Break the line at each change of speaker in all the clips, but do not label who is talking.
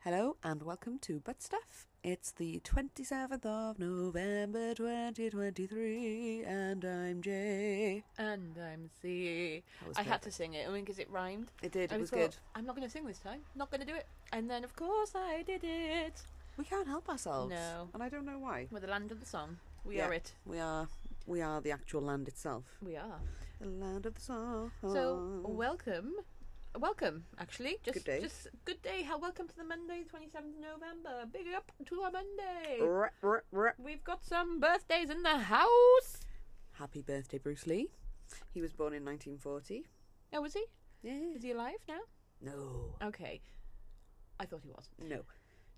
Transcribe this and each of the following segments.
Hello and welcome to Butt Stuff. It's the 27th of November 2023 and I'm Jay.
And I'm C.
That was
I had to
perfect.
sing it, I mean, because it rhymed.
It did,
I
it was
thought,
good.
I'm not going to sing this time. Not going to do it. And then, of course, I did it.
We can't help ourselves.
No.
And I don't know why.
We're the land of the song. We
Yeah.
are it.
We are we are the actual land itself.
We are.
The land of the song.
So, welcome. Welcome, actually. Just,
Oh. Good day.
Just good day. How welcome to the Monday, 27th November. Big up to our Monday.
Ruh, ruh, ruh.
We've got some birthdays in the house.
Happy birthday, Bruce Lee. He was born in 1940.
Oh, was he?
Yeah.
Is he alive now?
No.
Okay. I thought he was.
No.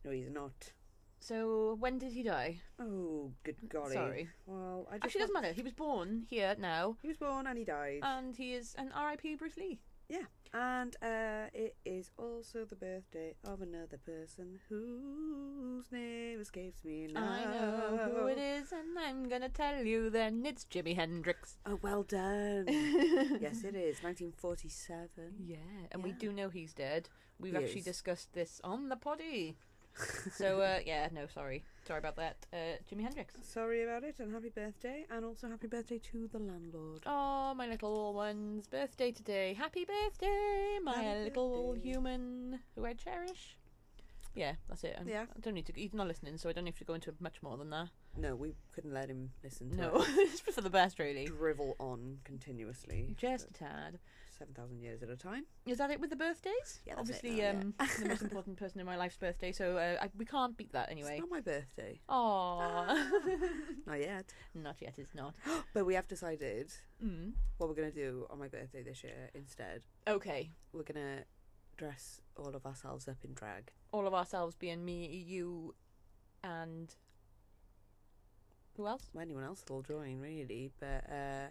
No, he's not.
So, when did he die?
Oh, good golly.
Sorry.
Well, I just
Actually, doesn't
want-
matter. Uh, He was born here now.
He was born and he died.
and he is an RIP Bruce Lee.
Yeah, and uh, it is also the birthday of another person whose name escapes me now.
I know who it is, and I'm gonna tell you then it's Jimi Hendrix.
Oh, well done. yes, it is. 1947.
Yeah, and we
Yeah.
do know he's dead. We've
He
actually
is.
discussed this on the poddy. so uh, yeah, no, sorry, sorry about that, uh, Jimi Hendrix.
Sorry about it, and happy birthday, and also happy birthday to the landlord.
Oh, my little one's birthday today. Happy birthday, my
Happy
little
birthday.
human who I cherish. Yeah, that's it. I'm,
Yeah.
I don't need to. He's not listening, so I don't have to go into much more than that.
No, we couldn't let him listen to
No,
us
it's for the best, really.
drivel on continuously.
Just a tad.
for 7,000 years at a time.
Is that it with the birthdays?
Yeah, that's it
obviously,
now,
um, the most important person in my life's birthday, so uh, I, we can't beat that anyway.
It's not my birthday.
Oh,
Not yet.
not yet. It's not.
But we have decided
Mm.
what we're going to do on my birthday this year instead.
Okay,
we're gonna dress all of ourselves up in drag.
all of ourselves being me, you, and who else?
Well, anyone else will join, really. But uh,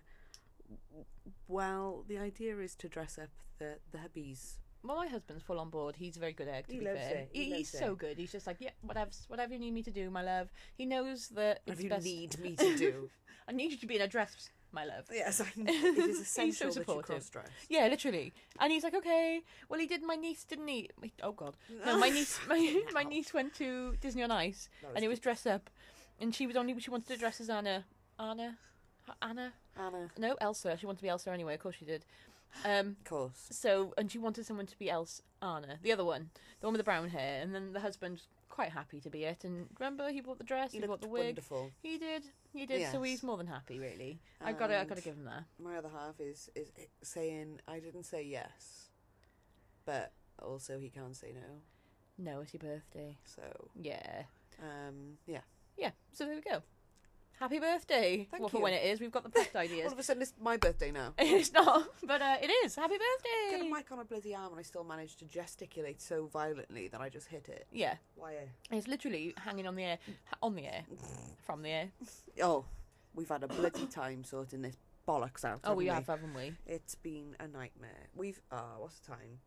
w- well, the idea is to dress up the the hubbies.
Well, my husband's full on board. He's a very good egg. To
He
be
loves
fair,
it. He
he's
loves
so
it.
good. He's just like, yeah, whatever, whatever you need me to do, my love. He knows that
Whatever
it's
you
best.
need me to do.
I need you to be in a dress, my love.
yes, I know. It is
He's so
essential that you
supportive.
cross dress.
Yeah, literally. And he's like, okay. Well, he did my niece, didn't he? My- Oh God, no. My niece, my, my
Hell.
niece went to Disney on Ice, and it was dressed up, and she was only she wanted to dress as Anna, Anna, Anna.
Anna.
No, Elsa. She wanted to be Elsa anyway. Of course she did. Um.
Of course.
So, and she wanted someone to be Elsa, Anna, the other one, the one with the brown hair, and then the husband was quite happy to be it. And remember, he bought the dress, he,
You
bought
looked
the wig.
wonderful.
He did, he did. So
Yes.
he's more than happy, really. I got to, I got to
And-
give him that.
My other half is is saying I didn't say yes, but also he can't say no.
No, it's your birthday.
So
Yeah.
um, yeah.
Yeah, so there we go. Happy birthday.
Thank
well, for
you.
when it is, we've got the best ideas.
All of a sudden, it's my birthday now.
it's not, but uh, it is. Happy
got a
birthday.
mic on a bloody arm and I still managed to gesticulate so violently that I just hit it.
Yeah,
Why?
it's literally hanging on the air, ha- on the air, from the air.
Oh, we've had a bloody time sorting this bollocks out.
Oh, we have,
haven't
haven't we?
It's been a nightmare. We've ah, what's the time?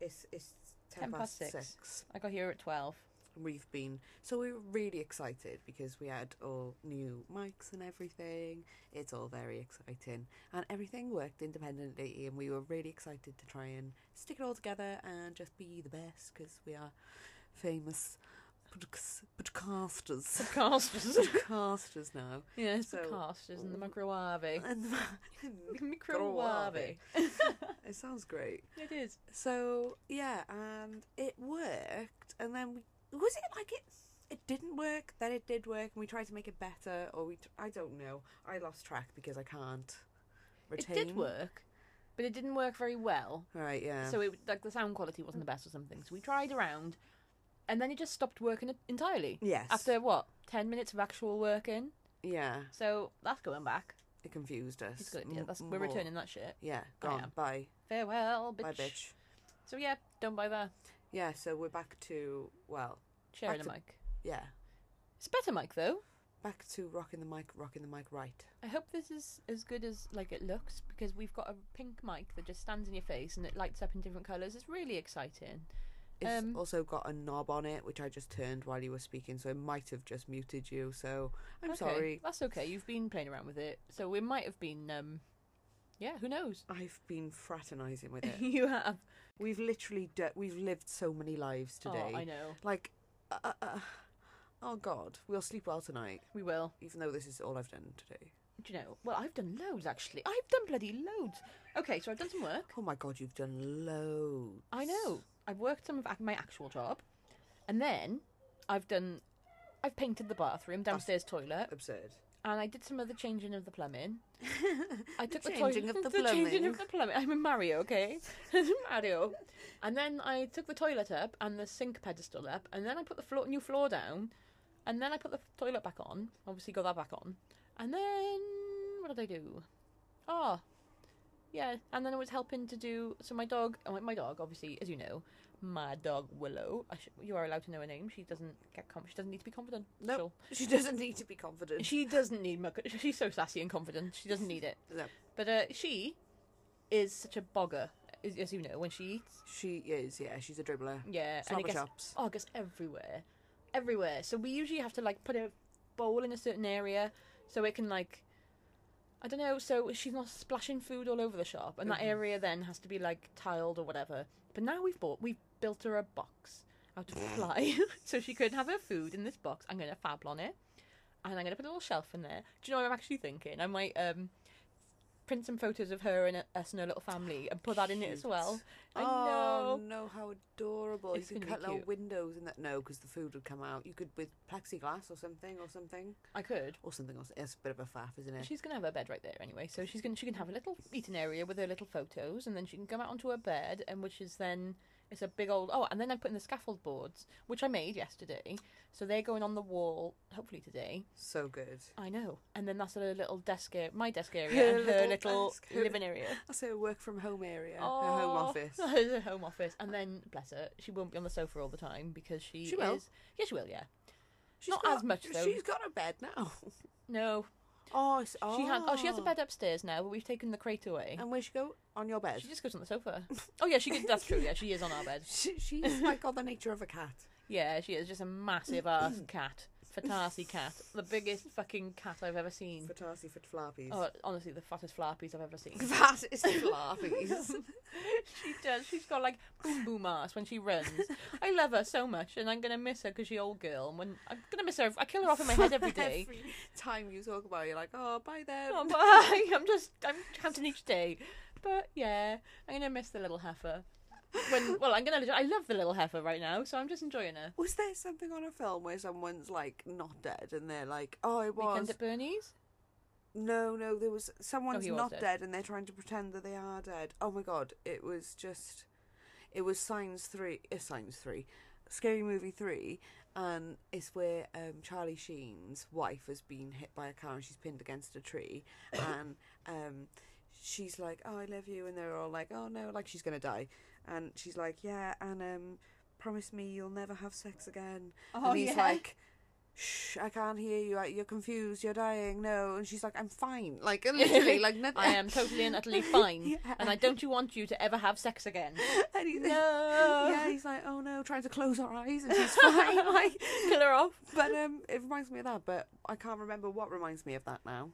It's it's ten, past, six.
I got here at twelve.
We've been so we were really excited because we had all new mics and everything. It's all very exciting, and everything worked independently. And we were really excited to try and stick it all together and just be the best because we are famous podc- podcasters.
Podcasters.
podcasters now,
yeah, it's
So- mm.
podcasters and the microwave.
and
Microwave.
it sounds great.
It is.
So yeah, and it worked, and then we was it like it? it didn't work, then it did work, and we tried to make it better, or we, t- I don't know. I lost track because I can't retain.
It did work, but it didn't work very well.
Right, yeah.
So it like the sound quality wasn't the best or something. So we tried around, and then it just stopped working en- entirely.
yes.
After what ten minutes of actual working,
Yeah,
so that's going back.
it confused us.
It's good. Yeah,
m-
that's, we're
more.
returning that shit.
Yeah, gone.
am.
Bye.
Farewell, bitch.
Bye, bitch.
So yeah, don't buy that.
Yeah, so we're back to, well,
Sharing
Back
a
to-
mic.
yeah.
It's a better mic though.
Back to rocking the mic, rocking the mic right.
I hope this is as good as like it looks because we've got a pink mic that just stands in your face and it lights up in different colours. It's really exciting.
It's
Um,
also got a knob on it, which I just turned while you were speaking, so it might have just muted you. So I'm
Okay,
sorry.
That's okay. You've been playing around with it, so we might have been. um Yeah, who knows?
I've been fraternising with it.
you have.
we've literally, d we've lived so many lives today.
Oh, I know.
Like, uh, uh, uh, oh God, we'll sleep well tonight,
We will.
even though this is all I've done today.
Do you know? Well, I've done loads actually. I've done bloody loads. Okay, so I've done some work.
Oh my God, you've done loads.
I know. I've worked some of ac- my actual job, and then I've done. I've painted the bathroom, downstairs toilet,
Absurd.
and I did some other changing of the plumbing. I took the,
changing
toilet,
of the
changing
plumbing.
of the plumbing. I'm a Mario, okay? Mario. And then I took the toilet up and the sink pedestal up, and then I put the floor, new floor down, and then I put the toilet back on. Obviously, got that back on. And then what did I do? Oh, yeah. And then I was helping to do. So my dog, oh, my dog, obviously, as you know, my dog Willow. I sh- you are allowed to know her name. She doesn't get. Com- she doesn't need to be confident.
Nope.
She'll-
She doesn't need to be confident.
she doesn't need much. She's so sassy and confident. She doesn't need it.
No.
But uh, she is such a bogger, as, as you know, when she eats.
She is, yeah, she's a dribbler.
Yeah, and
Slobber
it gets
chops.
oh, it gets everywhere, everywhere. So we usually have to like put a bowl in a certain area so it can like, I don't know, so she's not splashing food all over the shop, and that area then has to be like tiled or whatever. But now we've bought, we've built her a box out of ply, so she could have her food in this box. I'm gonna fable on it, and I'm gonna put a little shelf in there. Do you know what I'm actually thinking? I might um. Print some photos of her and us and her little family, and put that in it as
Cute.
well. I
oh
know.
no, how adorable!
It's
you could
gonna
cut
be
little
cute.
windows in that. No, because the food would come out. You could with plexiglass or something, or something,
I could.
or something else. It's a bit of a faff, isn't it?
She's gonna have her bed right there anyway, so she's gonna she can have a little eating area with her little photos, and then she can come out onto her bed, and which is then it's a big old oh, and then I put in the scaffold boards, which I made yesterday, so they're going on the wall hopefully today.
So good.
I know, and then that's her little desk area, my desk area, and her little,
little desk.
living area,
That's her work from home area, her home
Oh,
office.
her home office, and then bless her, she won't be on the sofa all the time because she,
She will.
is yeah she will yeah
She's
not
got-
as much, though.
She's got a bed now.
no
Oh, it's, oh.
she has oh she has a bed upstairs now, but we've taken the crate away.
And where she go on your bed?
She just goes on the sofa. Oh yeah, she could, that's true. Yeah, she is on our bed.
She, she's like got the nature of a cat.
Yeah, she is just a massive ass cat, fatasi cat, the biggest fucking cat I've ever seen.
Fatasi fit flappies.
Oh, honestly, the fattest flappies I've ever seen.
That is flappies.
she does. She's got like boom boom ass when she runs. I love her so much, and I'm gonna miss her because she's old girl. And when I'm gonna miss her, if- I kill her off in my head every day.
Every time you talk about, it, you're like, oh, bye then.
Oh, bye. I'm just I'm counting each day. But yeah, I'm gonna miss the little heifer. When well, I'm gonna I love the little heifer right now, so I'm just enjoying her.
Was there something on a film where someone's like not dead and they're like, oh, it was?
Weekend at Bernie's.
No, no, there was someone's
Oh, he was
not
dead.
dead. and they're trying to pretend that they are dead. Oh my god, it was just, it was Signs three, uh, Signs three, Scary Movie three, and it's where um, Charlie Sheen's wife has been hit by a car and she's pinned against a tree, and um, she's like, oh, I love you, and they're all like, oh no, like she's gonna die, and she's like, yeah, and um, promise me you'll never have sex again,
Oh,
and he's like, "Shh, I can't hear you. I- You're confused. You're dying. No." And she's like, "I'm fine. Like literally, like nothing."
I am totally and utterly fine,
Yeah.
and I don't want you to ever have sex again.
And he's,
No.
Yeah, he's like, "Oh no," trying to close her eyes, and she's fine. Like,
Kill her off.
but um, it reminds me of that. But I can't remember what reminds me of that now.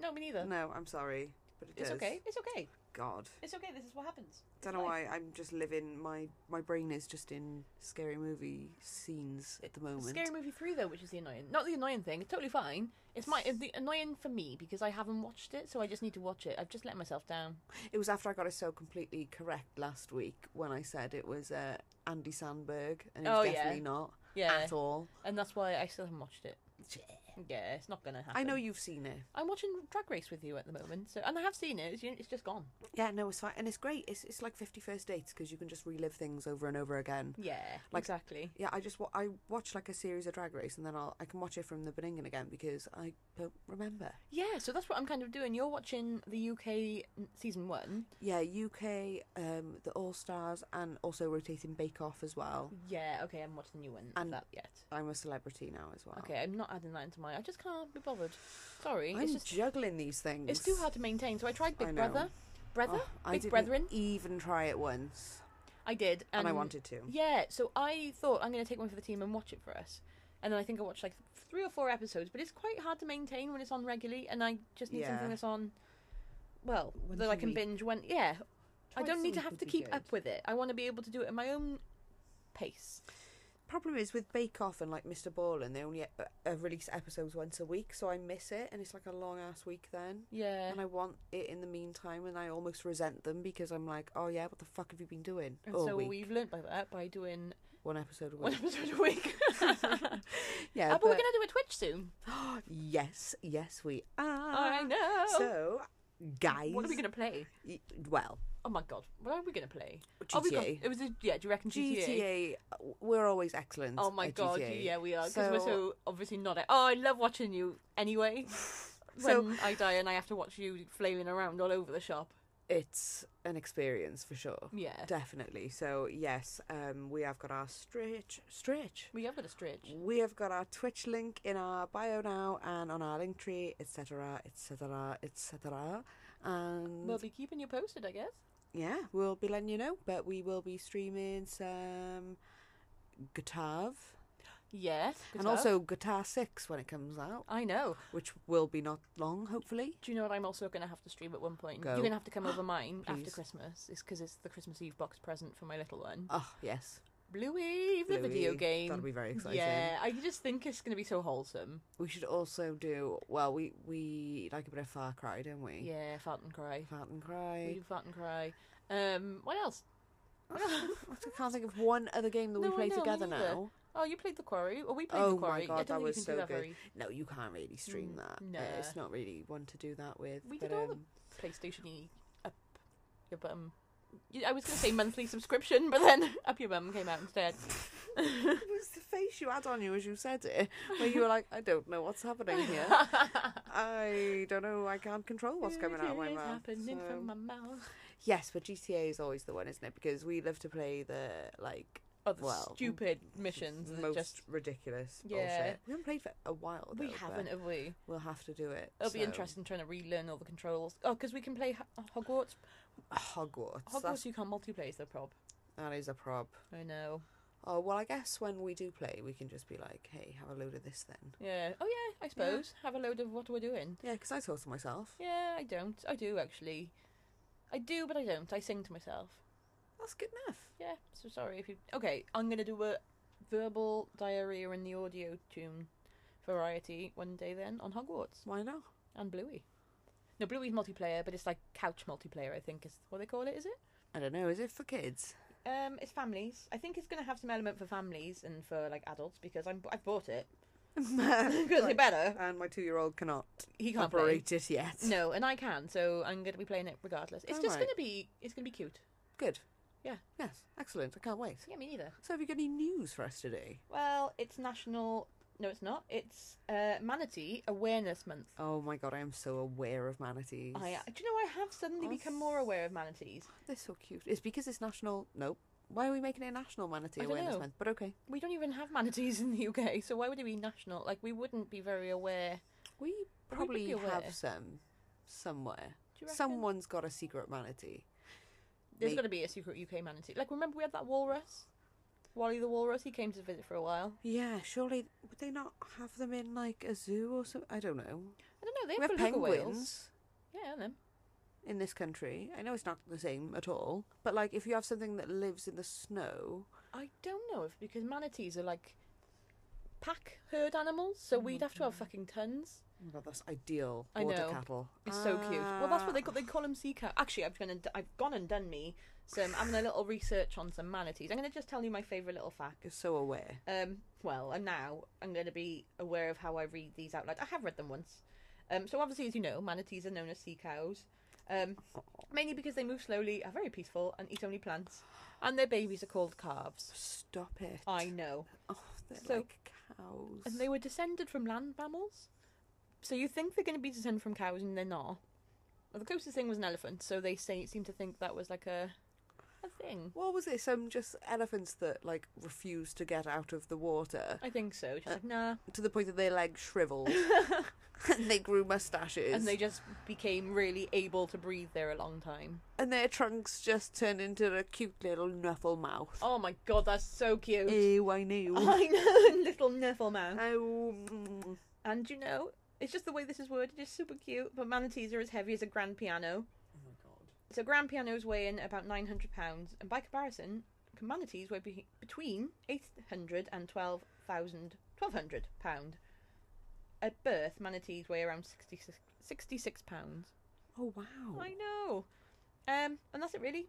No, me neither.
No, I'm sorry, but it
It's
does.
okay. It's okay.
God,
It's okay. This is what happens.
don't know why I'm just living. My my brain is just in scary movie scenes at the moment.
Scary Movie Three though, which is the annoying, not the annoying thing. It's totally fine. It's my it's the annoying for me because I haven't watched it, so I just need to watch it. I've just let myself down.
It was after I got it so completely correct last week when I said it was uh, Andy Sandberg, and it was
Oh, yeah.
definitely not.
Yeah,
at all.
and that's why I still haven't watched it.
Yeah.
Yeah, it's not gonna happen.
I know you've seen it.
I'm watching Drag Race with you at the moment, so and I have seen it. It's, it's just gone.
Yeah, no, it's fine. And it's great. It's, it's like 51st dates because you can just relive things over and over again.
Yeah,
Like-
exactly.
Yeah, I just wa- I watch like a series of Drag Race and then I'll I can watch it from the beginning again because I don't remember.
Yeah, so that's what I'm kind of doing. You're watching the UK n- season one.
Yeah, UK, um, the All Stars, and also rotating Bake Off as
Mm-hmm.
well.
Yeah, okay, I haven't watched the new one
And-
and Oh. that yet.
I'm a celebrity now as well.
Okay, I'm not adding that into my. I just can't be bothered. Sorry,
I'm
it's just
juggling these things.
it's too hard to maintain. So I tried
I
Big
know.
Brother, Brother,
Oh, I
Big
didn't
Brethren.
even try it once,
I did,
and,
and,
I wanted to.
Yeah, so I thought I'm going to take one for the team and watch it for us. And then I think I watched like three or four episodes, but it's quite hard to maintain when it's on regularly, and I just need
Yeah.
something that's on, well,
Once
that
a
I can
week.
binge when. Yeah, I
Twice
don't
a
need to
week
have
would
to
be
keep
good.
up with it. I want to be able to do it at my own pace.
Problem is with Bake Off and like Mr. Ballin, they only uh, uh, release episodes once a week, so I miss it, and it's like a long ass week then.
Yeah,
And I want it in the meantime, and I almost resent them because I'm like, oh yeah, what the fuck have you been doing
and
all
so
week?
we've learnt by that by doing
One episode a
one
week.
episode a week.
yeah,
Oh, but we're gonna do a Twitch soon.
gonna... yes, yes, we are.
I know.
Uh, So, guys,
oh. what are we gonna play?
y- well,
Oh my god, what are we gonna play?
GTA.
Oh, we got, it was a, yeah. Do you reckon
GTA. uh, we're always excellent.
Oh my
at
god,
GTA.
yeah, we are because we're
So-
so obviously not. Oh, I love watching you anyway.
So-
when I die and I have to watch you flailing around all over the shop.
It's an experience for sure.
Yeah,
Definitely. So yes, um, we have got our stretch, stretch.
we have got a stretch.
We have got our Twitch link in our bio now and on our link tree, etc., etc., etc. And
We'll be keeping you posted, I guess.
yeah, we'll be letting you know. But we will be streaming some Guitar
Yes, good
and
stuff.
also Guitar Six when it comes out,
I know.
which will be not long, hopefully.
Do you know what I'm also going to have to stream at one point?
Go.
You're going to have to come over mine after
Please.
Christmas. It's because it's the Christmas Eve box present for my little one.
Oh yes,
Bluey, the video
Bluey. That'll
game.
be very exciting.
Yeah, I just think it's going to be so wholesome.
We should also do well. We we like a bit of Far Cry, don't we?
Yeah, fart and cry.
Fart and
We
Cry.
do fart and cry. Um, what else?
I can't think of one other game that we
No, I
play
know, me
together
neither.
now.
Oh, you played the quarry. Oh, we played
Oh
the
my
quarry.
God,
I don't
that
think
was
you can
so
do that
good.
very
No, you can't really stream
Mm,
that.
no.
Uh, it's not really one to do that with.
We
but,
did all the-
um,
PlayStation-y up your bum. You- I was going to say monthly subscription, but then up your bum came out instead.
It was the face you had on you as you said it, where you were like, I don't know what's happening here. I don't know. I can't control what's coming out of my
It is
mouth.
happening
so-
from my mouth.
Yes, but GTA is always the one, isn't it? Because we love to play the like
Oh, the
Well,
stupid missions that
most
just
ridiculous
Yeah.
bullshit. We haven't played for a while. Though,
we
but
haven't, have we?
We'll have to do it.
It'll be
so-
interesting trying to relearn all the controls. Oh, because we can play Ho- Hogwarts.
Hogwarts.
Hogwarts,
That's,
you can't multiplayer, is the prob.
that is a prob.
I know.
Oh well, I guess when we do play, we can just be like, "Hey, have a load of this then."
Yeah. Oh yeah, I suppose. Have a load of what we're doing.
Yeah, because I talk to myself.
Yeah, I don't. I do actually. I do, but I don't. I sing to myself.
That's good enough.
Yeah. So sorry if you. Okay, I'm gonna do a verbal diarrhea in the audio tune variety one day then on Hogwarts
Why not?
and Bluey. No, Bluey's multiplayer, but it's like couch multiplayer. I think is what they call it. Is it?
I don't know. Is it for kids?
Um, it's families. I think it's gonna have some element for families and for like adults because I'm I've bought it because
Right.
it's better.
and my two-year-old cannot
He can't play.
operate it yet.
No, and I can, so I'm gonna be playing it regardless. It's just
Alright.
gonna be it's gonna be cute.
Good.
Yeah.
Yes. Excellent. I can't wait.
Yeah, me neither.
So, have you got any news for us today?
Well, it's National. No, it's not. It's uh, Manatee Awareness Month.
Oh my god, I am so aware of manatees.
I uh, do you know I have suddenly
Oh.
become more aware of manatees.
They're so cute. It's because it's national. Nope. Why are we making it national manatee
I don't
awareness
know.
month? But okay,
We don't even have manatees in the UK, so why would it be national? Like we wouldn't be very aware.
we
would
probably
be aware.
have some somewhere.
Do you reckon?
Someone's got a secret manatee.
There's
may-
got to be a secret UK manatee. Like remember we had that walrus, Wally the walrus. He came to visit for a while.
Yeah, surely would they not have them in like a zoo or something? I don't know.
I don't know. They
we have
beluga
penguins
whales. Yeah, them.
in this country. I know it's not the same at all, but like if you have something that lives in the snow, oh
I don't know if because manatees are like pack herd animals, so we'd have to have fucking tons.
oh my god, that's ideal.
I
Water
know.
cattle.
It's so cute. Well, that's what they
Ah.
call they call them sea cow. Actually, I've gone and I've gone and done me some. I'm having a little research on some manatees. I'm going to just tell you my favorite little fact.
You're so aware.
Um, well, and now I'm going to be aware of how I read these out loud. I have read them once. Um, so obviously, as you know, manatees are known as sea cows, um, mainly because they move slowly, are very peaceful, and eat only plants. And their babies are called calves.
Stop it.
I know.
Oh, they're
So-
like cows.
And they were descended from land mammals. So you think they're going to be descended from cows, and they're not. Well, the closest thing was an elephant, so they say, seem to think that was like a a thing.
What was this? Um, just elephants that like refuse to get out of the water
I think so. She's like, nah.
to the point that their legs shriveled and they grew mustaches
And they just became really able to breathe there a long time.
and their trunks just turned into a cute little nuffle mouth.
Oh my god, that's so cute.
Ew, I knew.
I know, little niffle man.
Oh, mm.
And you know, it's just the way this is worded, it's super cute. But manatees are as heavy as a grand piano.
Oh my god.
So grand pianos weigh in about 900 pounds, and by comparison, manatees weigh be- between 800 and 12,000 1200 pound. At birth, manatees weigh around 66, 66 pounds.
Oh wow.
I know. Um, and that's it really.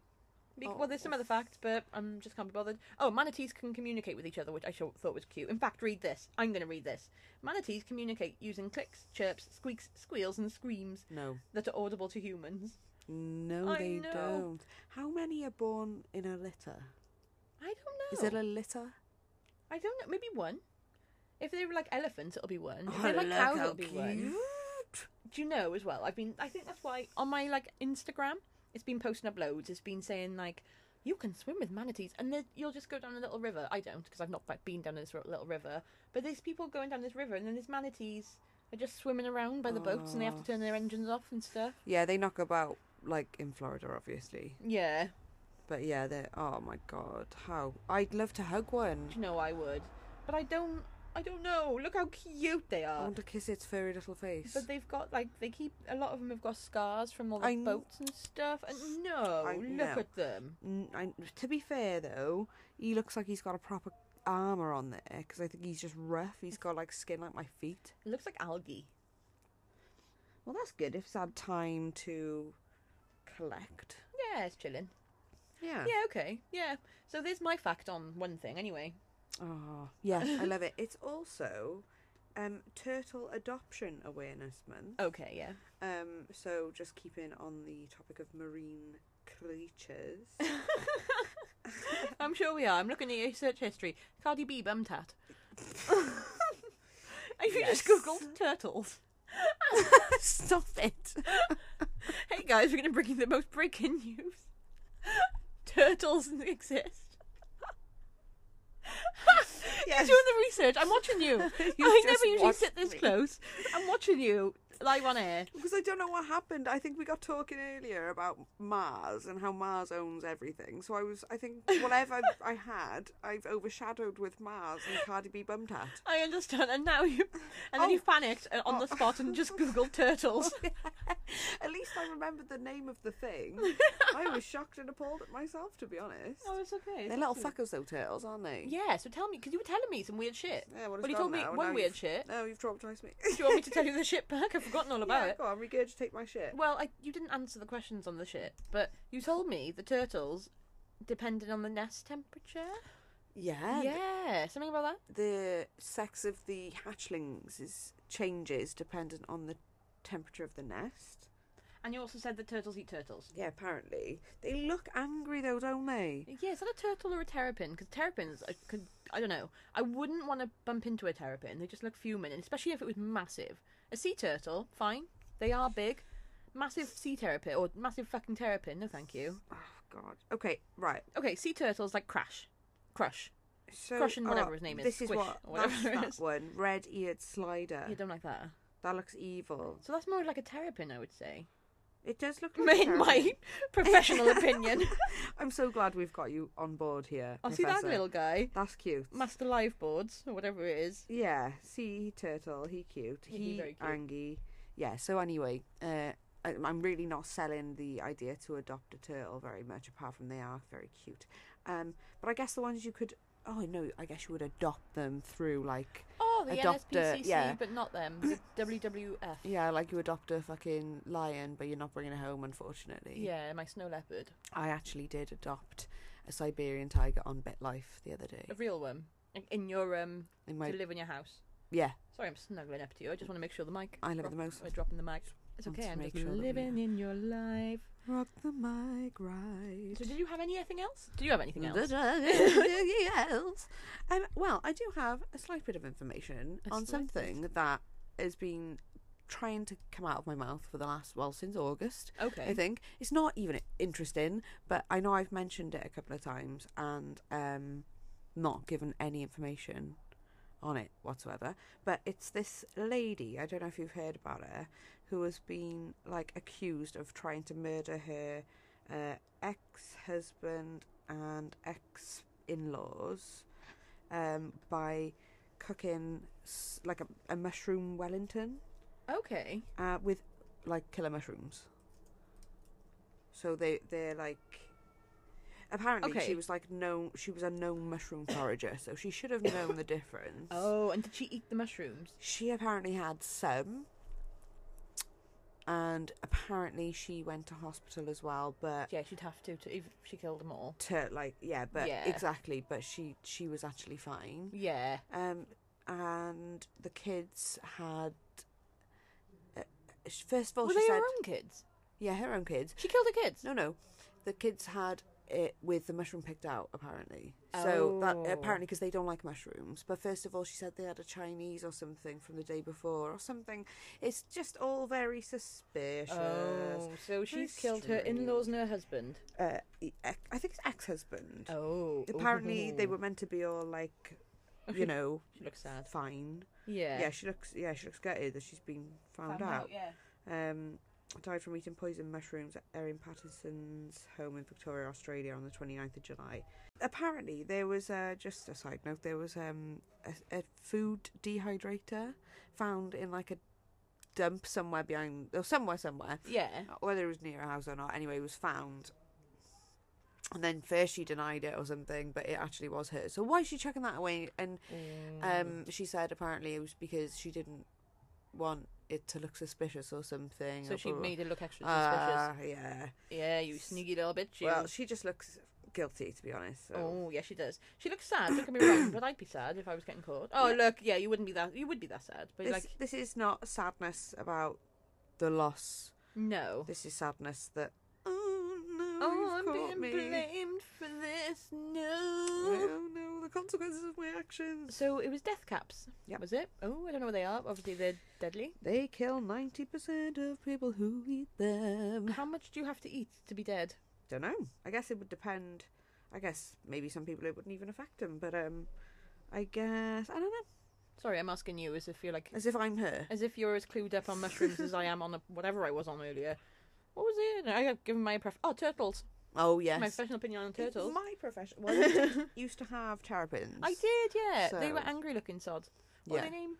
Be- Well, there's some
Oh.
other facts, but I um, just can't be bothered. Oh, manatees can communicate with each other, which I sho- thought was cute. In fact, read this. I'm going to read this. Manatees communicate using clicks, chirps, squeaks, squeals, and screams
No,
that are audible to humans.
no,
I
they
know.
don't. How many are born in a litter?
I don't know.
Is it a litter?
I don't know. Maybe one. If they were like elephants, it'll be one. If
Oh,
they're like
look
cows,
how
it'll be one.
cute.
Do you know as well? I've been. I think that's why on my like Instagram, it's been posting up loads. It's been saying like, you can swim with manatees, and then you'll just go down a little river. I don't because I've not quite been down this ri- little river. But there's people going down this river, and then there's manatees are just swimming around by the boats, and they have to
Aw.
turn their engines off and stuff.
Yeah, they knock about like in Florida, obviously.
Yeah,
But yeah, they're oh my god, how I'd love to hug one.
do you know I would, but I don't. I don't know. Look how cute they
I
are.
want to kiss its furry little face.
But they've got like they keep a lot of them have got scars from all the
I kn-
boats and stuff. And no,
I
look
know.
at them.
N I to be fair though, he looks like he's got a proper armor on there because I think he's just rough. He's got like skin like my feet.
It looks like algae.
Well, that's good if it's had time to collect.
Yeah, it's chilling.
Yeah.
Yeah, okay. Yeah. So there's my fact on one thing anyway.
Oh, yeah, I love it. It's also um, Turtle Adoption Awareness Month.
Okay, yeah.
Um, so just keeping on the topic of marine creatures.
I'm sure we are. I'm looking at your search history. Cardi B bum tat. if you
Yes.
just googled turtles.
Stop it.
Hey guys, we're gonna bring you the most breaking news. turtles exist.
Yes.
You're doing the research. I'm watching you.
You
I
just
never usually
watched
sit this
me.
close. I'm watching you live on air.
Because I don't know what happened. I think we got talking earlier about Mars and how Mars owns everything. So I was, I think, whatever I had, I've overshadowed with Mars and Cardi B bum tat.
I understand. And now you, and then you
Oh.
panicked uh, on the spot and just googled turtles.
At least I remembered the name of the thing. I was shocked and appalled at myself, to be honest.
it's okay.
They're little fuckers, though, turtles, aren't they?
Oh, Yeah. So tell me, because you were telling me some weird shit.
Yeah, well, it's
but you
gone
told me
now, and
one
now
weird
you've-
shit.
No, you've traumatized me.
Do you want me to tell you the shit back? I've forgotten all about
yeah,
it.
Go on, regurgitate my shit.
Well, I, you didn't answer the questions on the shit, but you told me the turtles depended on the nest temperature.
Yeah.
yeah, something about that.
The sex of the hatchlings is changes dependent on the temperature of the nest.
And you also said the turtles eat turtles.
Yeah, apparently they look angry though, don't they?
Yeah, is that a turtle or a terrapin? Because terrapins, I could, I don't know. I wouldn't want to bump into a terrapin. They just look fuming, and especially if it was massive. A sea turtle, fine. They are big. Massive sea terrapin or massive fucking terrapin. No, thank you.
Oh God. Okay, right.
Okay, sea turtles like crash, crush.
So
Crush and whatever
oh,
his name is,
This is
Squish,
what
or whatever
that's
it
that
is.
one. Red-eared slider.
You don't like that.
That looks evil.
So that's more like a terrapin, I would say.
It does look. Like
In my professional opinion.
I'm so glad we've got you on board here.
I see that
Professor.
little guy,
That's cute.
Master Live Boards or whatever it is.
Yeah, see, he turtle, he cute,
Yeah,
he,
he very cute.
angy. Yeah. So anyway, uh, I, I'm really not selling the idea to adopt a turtle very much, apart from they are very cute. Um, but I guess the ones you could, oh no, I guess you would adopt them through like,
Oh, the
Adopt a-
NSPCC,
yeah.
but not them. The WWF.
yeah, like you adopt a fucking lion, but you're not bringing it home, unfortunately.
Yeah, my snow leopard.
I actually did adopt a Siberian tiger on BitLife the other day.
A real one. Like, in your um
In my
to live in your house.
yeah,
Sorry, I'm snuggling up to you. I just want to make sure the mic.
I live
drop-
at the most.
We're dropping the mic. It's
Want
okay.
to
I'm
make
just
sure that we-
living in your life.
Rock the mic right.
So, did you have anything else? Did you have anything else?
else? um, well, I do have a slight bit of information
A
on
slight
something that has been trying to come out of my mouth for the last well since August. I
Okay.
think it's not even interesting, but I know I've mentioned it a couple of times and um, not given any information on it whatsoever. But it's this lady. I don't know if you've heard about her, who has been like accused of trying to murder her uh, ex-husband and ex-in-laws um, by cooking s- like a, a mushroom Wellington
Okay.
uh, with like killer mushrooms. So they they're like. Apparently,
Okay.
she was like no, she was a known mushroom forager, so she should have known the difference.
Oh, and did she eat the mushrooms?
She apparently had some, and apparently she went to hospital as well. But
Yeah, she'd have to, to if she killed them all.
to like, yeah, but
Yeah.
exactly. But she she was actually fine.
Yeah.
Um, and the kids had. Uh, first of all,
Were
she
they
said,
her own kids?
yeah, her own kids.
She killed her kids.
No, no. The kids had it with the mushroom picked out, apparently. So that
Oh.
apparently because they don't like mushrooms. But first of all, she said they had a Chinese or something from the day before or something. It's just all very suspicious.
Oh, so she's killed her in-laws and her husband.
Uh, e- ex- I think it's ex-husband.
Oh.
Apparently they
ooh.
were meant to be all like,
Oh,
you know,
She looks sad.
fine.
Yeah.
Yeah. she looks. Yeah, she looks gutted that she's been found, out.
Yeah.
Um, died from eating poisoned mushrooms at Erin Patterson's home in Victoria, Australia on the 29th of July. Apparently, there was, uh, just a side note, there was um, a, a food dehydrator found in like a dump somewhere behind, or somewhere, somewhere,
Yeah.
whether it was near her house or not. Anyway, it was found. And then first she denied it or something, but it actually was her. So why is she chucking that away? And
Mm.
um, she said apparently it was because she didn't want it to look suspicious or something.
So
or
she
blah, blah,
made it look extra
blah.
suspicious.
Ah, yeah.
yeah, you sneaky little bitch. You.
Well, she just looks guilty, to be honest. So.
Oh yeah, she does. She looks sad. Don't get me wrong, but I'd be sad if I was getting caught. Oh
Yeah.
look, yeah, you wouldn't be that. You would be that sad, but
this,
like
this is not sadness about the loss.
no.
This is sadness that oh no,
Oh,
you've
I'm
caught
being
me.
blamed for this. No.
Oh no, the consequences of my actions.
So it was death caps.
Yep.
Was it? Oh, I don't know what they are. Obviously, they're deadly.
They kill ninety percent of people who eat them.
How much do you have to eat to be dead?
Don't know. I guess it would depend. I guess maybe some people it wouldn't even affect them, but um, I guess I don't know.
Sorry, I'm asking you as if you're like
As if I'm her.
as if you're as clued up on mushrooms as I am on the, whatever I was on earlier. What was it? I have given my pref- oh turtles.
Oh yes.
My professional opinion on turtles.
My profession. Well, you did- used to have terrapins.
I did, yeah. They were
So-
angry looking sods. What
Yeah.
were their name?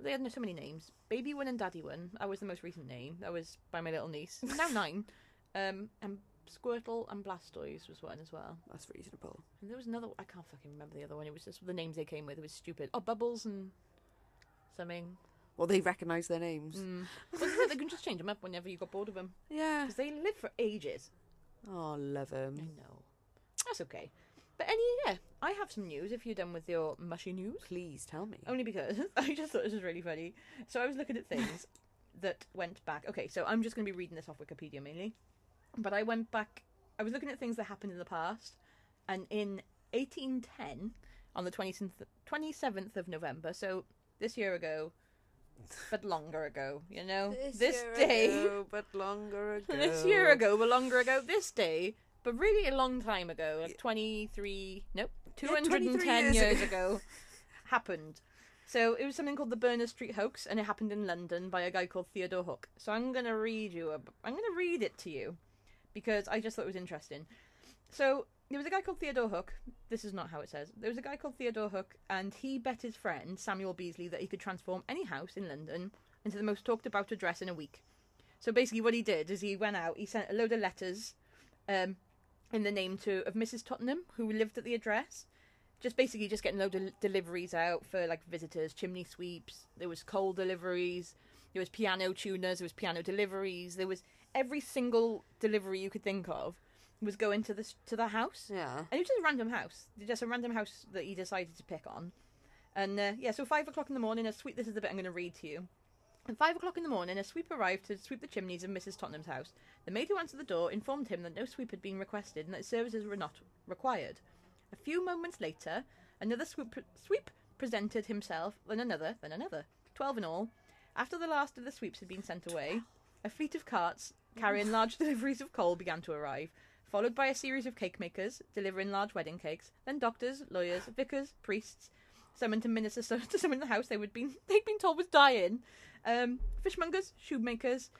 They had no- so many names. Baby one and Daddy one. That was the most recent name. That was by my little niece. Now nine. Um, and Squirtle and Blastoise was one as well.
That's reasonable.
And there was another. I can't fucking remember the other one. It was just the names they came with. It was stupid. Oh, Bubbles and something.
Well, they recognise their names.
Mm. But it's like they can just change them up whenever you got bored of them
Yeah.
because they live for ages.
Oh, love
I
them.
know. That's okay. But any yeah, I have some news. If you're done with your mushy news.
Please tell me.
Only because I just thought this was really funny. So I was looking at things that went back. Okay, so I'm just going to be reading this off Wikipedia mainly. But I went back, I was looking at things that happened in the past. And in 1810, on the 27th, 27th of November, so this year ago, but longer ago, you know? day.
ago, but longer ago.
this year ago, but longer ago, this day, but really a long time ago, like 23, nope,
Yeah,
210
23
years,
years
ago, happened. So it was something called the Berners Street hoax, and it happened in London by a guy called Theodore Hook. So I'm gonna read you, a, I'm gonna read it to you, because I just thought it was interesting. So there was a guy called Theodore Hook. This is not how it says. There was a guy called Theodore Hook, and he bet his friend Samuel Beasley that he could transform any house in London into the most talked about address in a week. So basically, what he did is he went out, he sent a load of letters, um, in the name to of Mrs. Tottenham who lived at the address. Just basically, just getting load of deliveries out for like visitors, chimney sweeps. There was coal deliveries. There was piano tuners. There was piano deliveries. There was every single delivery you could think of, was going to this to the house,
Yeah.
and it was just a random house, just a random house that he decided to pick on. And uh, yeah, so five o'clock in the morning, a sweep. This is the bit I'm going to read to you. At five o'clock in the morning, a sweep arrived to sweep the chimneys of Mrs. Tottenham's house. The maid who answered the door informed him that no sweep had been requested and that services were not required. A few moments later, another swoop, sweep presented himself, then another, then another. Twelve in all. After the last of the sweeps had been sent away, a fleet of carts carrying large deliveries of coal began to arrive, followed by a series of cake makers delivering large wedding cakes, then doctors, lawyers, vicars, priests, summoned to minister so, to someone in the house they would been they'd been told was dying, um, fishmongers, shoemakers,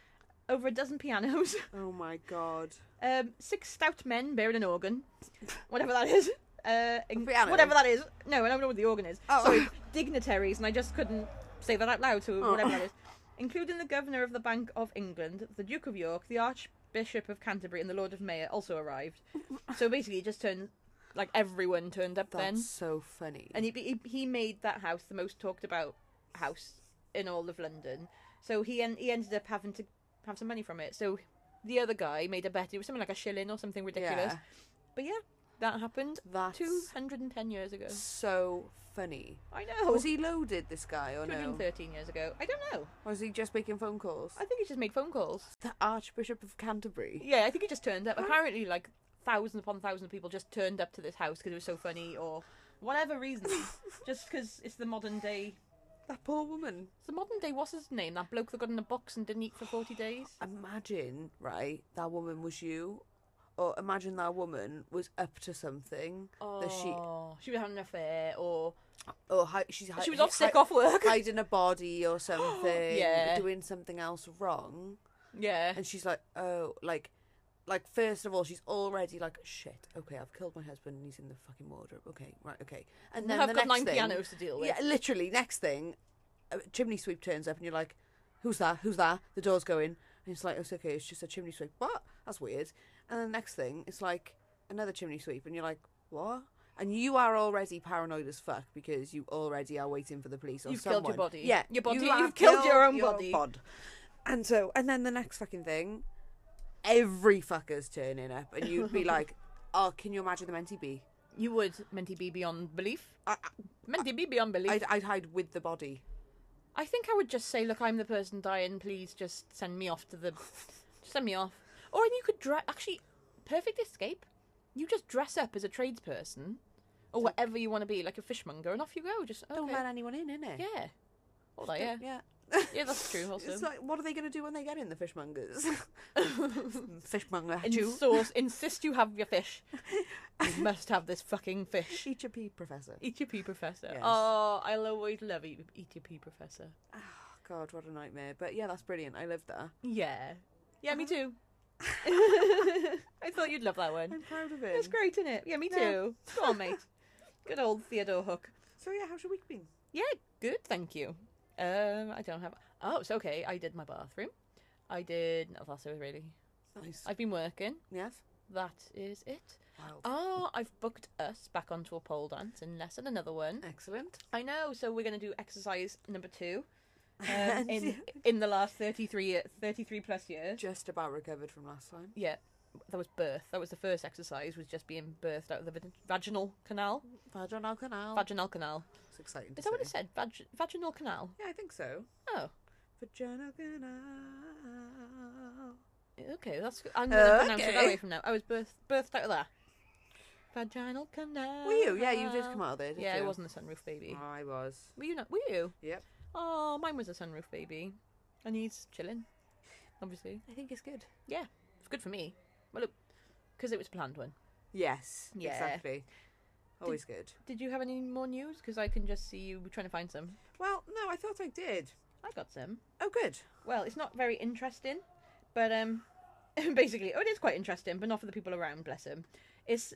over a dozen pianos,
Oh my god.
um, six stout men bearing an organ, whatever that is. Uh, in-
piano?
whatever that is. No, I don't know what the organ is.
Oh.
Sorry, dignitaries, and I just couldn't say that out loud, so
Oh.
whatever that is. Including the Governor of the Bank of England, the Duke of York, the Archbishop of Canterbury, and the Lord of Mayor also arrived. So basically, it just turned like everyone turned up
That's
then,
so funny.
and he, he he made that house the most talked about house in all of London. So he en- he ended up having to have some money from it. So the other guy made a bet; it was something like a shilling or something ridiculous.
Yeah.
But yeah, that happened
That's
two hundred and ten years ago.
so funny.
I know.
Was he loaded, this guy, or
two hundred
no?
and thirteen years ago? I don't know.
Or is he just making phone calls?
I think he just made phone calls.
The Archbishop of Canterbury.
Yeah, I think he just turned up. Apparently, like thousands upon thousands of people just turned up to this house because it was so funny, or whatever reason, just because it's the modern day.
That poor woman.
It's the modern day. What's his name? That bloke that got in a box and didn't eat for forty days.
Imagine, right, that woman was you. Or imagine that woman was up to something. That she,
Oh, she was having an affair, or
or hi, she's hi-
she was off
hi-
sick, off work.
hiding a body or something,
Yeah.
doing something else wrong,
yeah,
and she's like, oh, like, like first of all, she's already like, shit, okay, I've killed my husband, and he's in the fucking wardrobe, okay, right, okay, and then
I've
the
got
next
nine
thing,
pianos to deal with.
yeah, literally, next thing, a chimney sweep turns up, and you're like, who's that? Who's that? The door's going, and it's like, "Oh, it's okay, it's just a chimney sweep. What? That's weird. And the next thing, it's like another chimney sweep, and you're like, what? And you are already paranoid as fuck because you already are waiting for the police or
You've killed
someone.
your body.
Yeah,
Your body-
have
you've killed your own body.
bod. And so, and then the next fucking thing, every fucker's turning up, and you'd be like, oh, can you imagine the mentee bee?
You would mentee be beyond belief.
I,
Mentee be beyond belief.
I'd, I'd hide with the body.
I think I would just say, look, I'm the person dying. Please just send me off to the. just send me off. Or you could dress. Actually, perfect escape. You just dress up as a tradesperson or whatever you want to be, like a fishmonger, and off you go. Just okay.
Don't let anyone in, innit?
yeah. Well, that- yeah.
Yeah.
Yeah, that's true. Also,
It's like, what are they going to do when they get in the fishmongers? Fishmonger, had you?
Insource, insist you have your fish. you must have this fucking fish.
Eat your pea, professor.
ETP professor.
Yes.
Oh, I'll always love E- ETP professor.
Oh, God, what a nightmare. But yeah, that's brilliant. I love that.
Yeah. Uh-huh. Yeah, me too. I thought you'd love that one.
I'm proud of
That's
it.
great, isn't it? Yeah, me
No.
too. Go on, mate. Good old Theodore Hook.
So yeah, how's your week been?
Yeah, good, thank you. Um, I don't have. Oh, it's okay. I did my bathroom. I did. No, that's it, really.
Nice.
I've been working.
yes?
That is it.
Wow.
Oh, I've booked us back onto a pole dance in lesson, another one.
Excellent.
I know, so we're going to do exercise number two um, in, in the last 33, year- 33 plus years.
Just about recovered from last time.
Yeah, that was birth. That was the first exercise, was just being birthed out of the vag- vaginal canal.
Mm. Vaginal canal.
Vaginal canal.
it's exciting. to
Is that what it
say.
said? Vag- vaginal canal.
Yeah, I think so.
Oh,
Vaginal canal.
okay. That's I'm gonna pronounce it that
Okay.
way from now. I was birth, birthed out of there. Vaginal canal.
Were you? Yeah, you did come out of there. Didn't
Yeah,
you?
I wasn't a sunroof baby.
Oh, I was.
Were you not? Were you?
Yep.
Oh, mine was a sunroof baby, and he's chilling. Obviously,
I think it's good.
it's good for me. Well, because it was a planned one.
Yes.
Yeah.
Exactly. Always good.
Did you have any more news? Because I can just see you trying to find some.
Well, no, I thought I did.
I got some.
Oh, good.
Well, it's not very interesting, but um, basically, oh, it is quite interesting, but not for the people around. Bless them. It's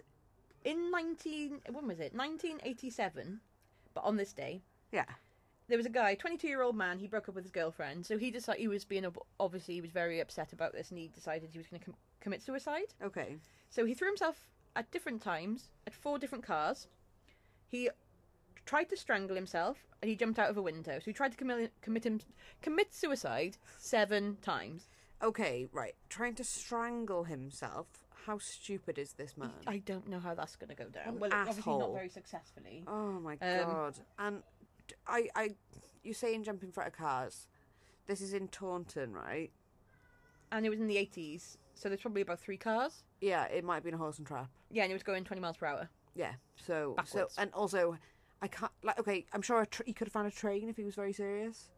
in nineteen. When was it? Nineteen eighty-seven. But on this day,
Yeah.
there was a guy, twenty-two-year-old man. He broke up with his girlfriend, so he decided he was being ob- obviously he was very upset about this, and he decided he was going to com- commit suicide.
Okay.
So he threw himself at different times at four different cars. He tried to strangle himself and he jumped out of a window. So he tried to commit commit, him, commit suicide seven times.
Okay, right. Trying to strangle himself. How stupid is this man?
I don't know how that's going to go down.
An
well, obviously not
Um, asshole.
very successfully.
Oh my
Um,
god! And d- I, I, you saying jump in front of cars? This is in Taunton, right?
And it was in the 80s, so there's probably about three cars.
Yeah, it might have been a horse and trap.
Yeah, and it was going 20 miles per hour.
Yeah. So
Backwards.
so and also, I can't like. Okay, I'm sure a tr- he could have found a train if he was very serious.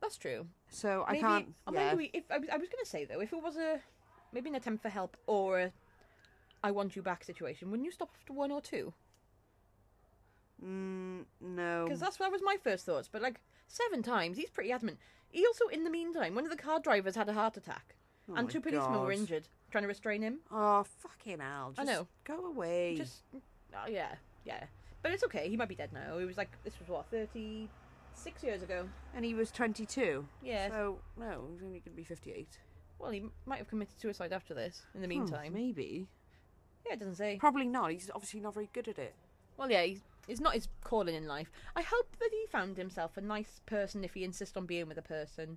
That's true.
So I
Maybe,
can't.
Or
yeah.
maybe we, if, I was, I was going to say though, if it was a maybe an attempt for help or a I want you back situation, wouldn't you stop after one or two?
Mm, no.
Because that's that was my first thoughts. But like seven times, he's pretty adamant. He also, in the meantime, one of the car drivers had a heart attack,
Oh
and
my
two policemen were
God.
injured trying to restrain him.
Oh fucking hell! Just
know.
Go away.
Just oh yeah, yeah. But it's okay. He might be dead now. He was like this was what thirty six years ago.
And he was 22.
Yeah.
So no, he's only going to be 58.
well, he might have committed suicide after this. In the
Hmm,
meantime,
maybe.
yeah, it doesn't say.
Probably not. He's obviously not very good at it.
Well, yeah, he's, it's not his calling in life. I hope that he found himself a nice person if he insists on being with a person,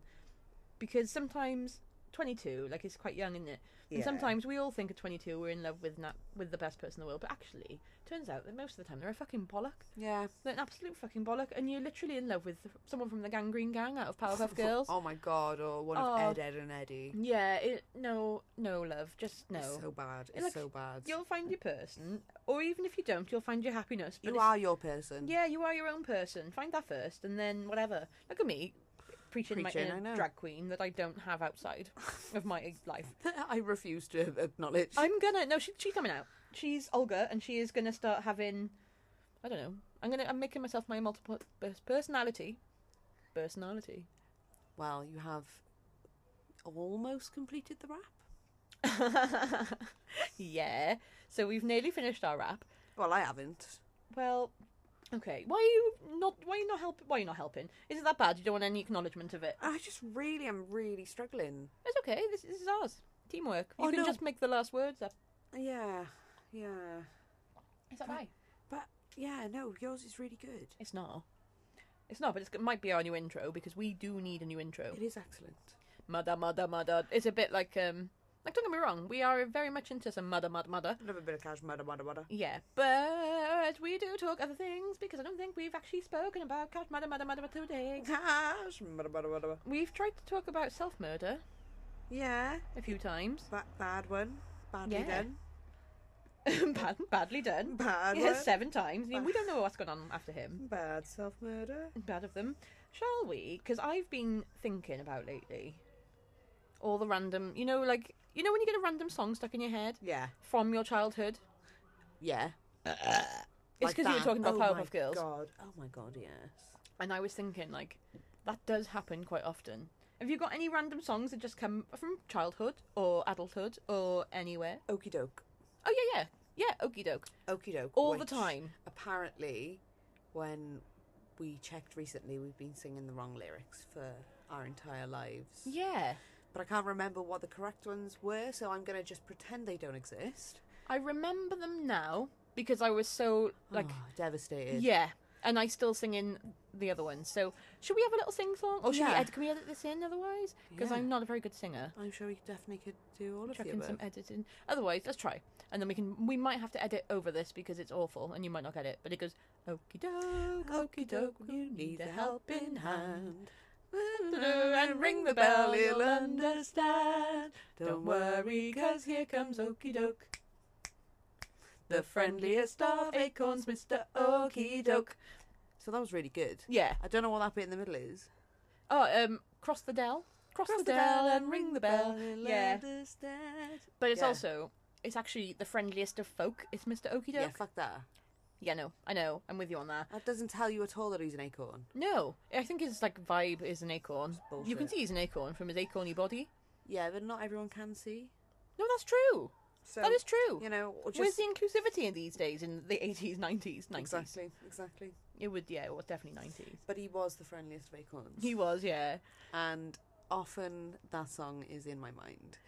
because sometimes twenty-two, like it's quite young, isn't it? And
Yeah.
sometimes we all think at twenty-two we're in love with not, with the best person in the world, but actually, turns out that most of the time they're a fucking bollock.
Yeah.
They're an absolute fucking bollock, and you're literally in love with someone from the Gangrene Gang out of Powerpuff Girls.
Oh my god, or one
Oh.
of Ed, Ed and Eddie.
Yeah, it, no, no love, just no.
It's so bad. It's
Like,
so bad.
You'll find your person, or even if you don't, you'll find your happiness. But
You
it's-
are your person.
Yeah, you are your own person. Find that first, and then whatever. Look at me preaching,
Preaching,
my
I
inner
know.
drag queen that I don't have outside of my life.
I refuse to acknowledge.
I'm gonna no, she, she's coming out. She's Olga, and she is gonna start having. I don't know. I'm gonna. I'm making myself my multiple pers- personality. Personality.
Well, you have almost completed the wrap.
yeah. So we've nearly finished our wrap.
Well, I haven't.
Well, okay. Why are you not? Why are you not helping? Why are you not helping? Is it that bad? You don't want any acknowledgement of it?
I just really am really struggling.
It's okay. This, this is ours. Teamwork. You
Oh,
can
no.
just make the last words up.
Yeah. Yeah.
Is that
But-
right?
But yeah, no, yours is really good.
It's not. It's not, but it's, it might be our new intro because we do need a new intro.
It is excellent.
Mudda, mudda, mudda. It's a bit like um, like don't get me wrong, we are very much into some mudda, mudda, mudda.
Another bit of cash, mudda, mudda, mudda.
Yeah, but we do talk other things because I don't think we've actually spoken about cash mudda, mudda, mudda today.
Cash, mudda, mudda, mudda.
We've tried to talk about self murder
Yeah,
a few times.
that bad one. Badly
Yeah.
done.
Bad, badly done.
Bad
Yeah,
one.
seven times. I mean, we don't know what's gone on after him.
Bad self murder.
bad of them. Shall we? Because I've been thinking about lately all the random, you know, like you know when you get a random song stuck in your head
Yeah.
from your childhood.
Yeah.
It's because you were talking about Powerpuff Girls,
God. Oh my god, yes.
and I was thinking like that does happen quite often. Have you got any random songs that just come from childhood or adulthood or anywhere?
Okie doke.
Oh yeah, yeah, yeah. Okie doke,
Okie doke.
all the
which
time.
Apparently, when we checked recently, we've been singing the wrong lyrics for our entire lives.
Yeah,
But I can't remember what the correct ones were, so I'm going to just pretend they don't exist.
I remember them now because I was so like
Oh, devastated.
Yeah, and I still sing in the other one. So should we have a little sing song, or should we
Yeah.
edit? Can we edit this in otherwise? Because
Yeah.
I'm not a very good singer.
I'm sure we definitely could do all of
Chuck
the
in
above.
some editing. Otherwise, let's try, and then we can. We might have to edit over this because it's awful, and you might not get it. But it goes okey doke, okey
Okie
doke.
doke, you need a helping hand.
And ring the bell, you'll
understand.
Don't worry, 'cause
here comes Okie doke.
The friendliest of acorns, Mr. Okey Doke.
So that was really good.
Yeah.
I don't know what that bit in the middle is.
Oh, um, cross the dell, cross, the, dell, and ring the bell.
you'll
Yeah.
understand.
But it's
Yeah.
also. It's actually the friendliest of folk. It's Mr. Okey Doke.
Yeah, fuck that.
yeah, no, I know. I'm with you on that.
That doesn't tell you at all that he's an acorn.
No, I think his like vibe is an acorn.
bullshit.
You can see he's an acorn from his acorny body.
Yeah, but not everyone can see.
No, that's true.
So,
that is true.
You know, or
Where's
just
the inclusivity in these days in the eighties, nineties, nineties?
exactly, exactly.
It would, yeah, it was definitely nineties.
But he was the friendliest of acorns.
He was, yeah.
and often that song is in my mind.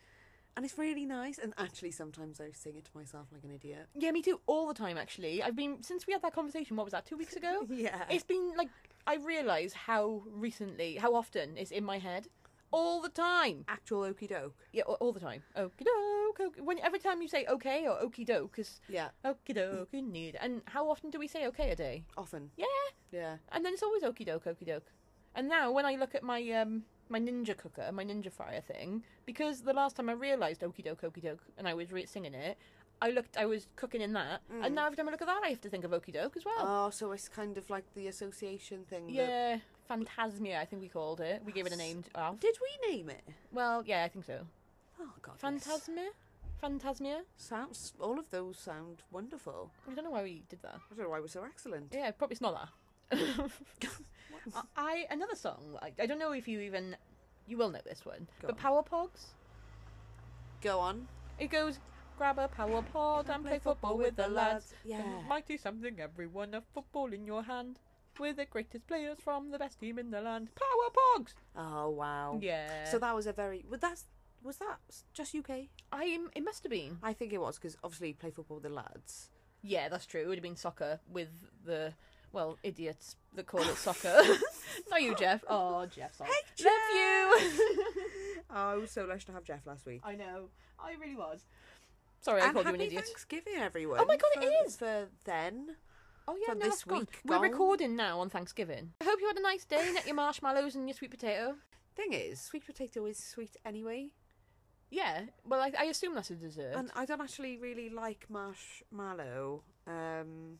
And it's really nice, and actually, sometimes I sing it to myself like an idiot.
Yeah, me too. All the time, actually. I've been since we had that conversation. What was that? Two weeks ago.
Yeah.
It's been like I realise how recently, how often it's in my head. all the time.
Actual okey doke.
Yeah, all, all the time. Okie doke. ok- When every time you say okay or okie doke is
Yeah,
okie doke need. And how often do we say okay a day?
often.
Yeah.
Yeah.
And then it's always okie doke, okie doke. And now when I look at my um my ninja cooker, my ninja fryer thing, because the last time I realised okie doke, okie doke, and I was re- singing it, I looked, I was cooking in that, and now every time I look at that, I have to think of okie doke as well.
Mm. Oh, so it's kind of like the association thing. That...
yeah, phantasmia, I think we called it. We gave it a name. Oh.
Did we name it?
Well, yeah, I think so.
Oh God. yes.
Phantasmia, phantasmia.
Sounds. All of those sound wonderful.
I don't know why we did that.
I don't know why we're so excellent.
Yeah, probably it's not that. I- I another song. I, I don't know if you even you will know this one,
Go on.
but Power Pogs.
Go on.
It goes, grab a power pod and play football with the lads.
Yeah.
And Might do something, everyone, a football in your hand. We're the greatest players from the best team in the land. Power Pogs!
Oh wow.
Yeah.
So that was a very. Well, that's. Was that s- just UK?
I'm, it must have been.
I think it was because obviously you play football with the lads.
Yeah, that's true. It would have been soccer with the, well, idiots that call it soccer. Not you, Jeff. Oh, Jeff, sorry.
Hey,
Love you!
I was so lucky to have Jeff last week.
I know. I really was. Sorry, I
and
called you
happy
an idiot.
Thanksgiving, everyone.
Oh my God,
for,
it is.
for then.
Oh yeah,
for
no,
this
that's gone.
week
We're
gone.
recording now on Thanksgiving. I hope you had a nice day and ate your marshmallows and your sweet potato.
Thing is, sweet potato is sweet anyway,
Yeah, well, I, I assume that's a dessert.
and I don't actually really like marshmallow um,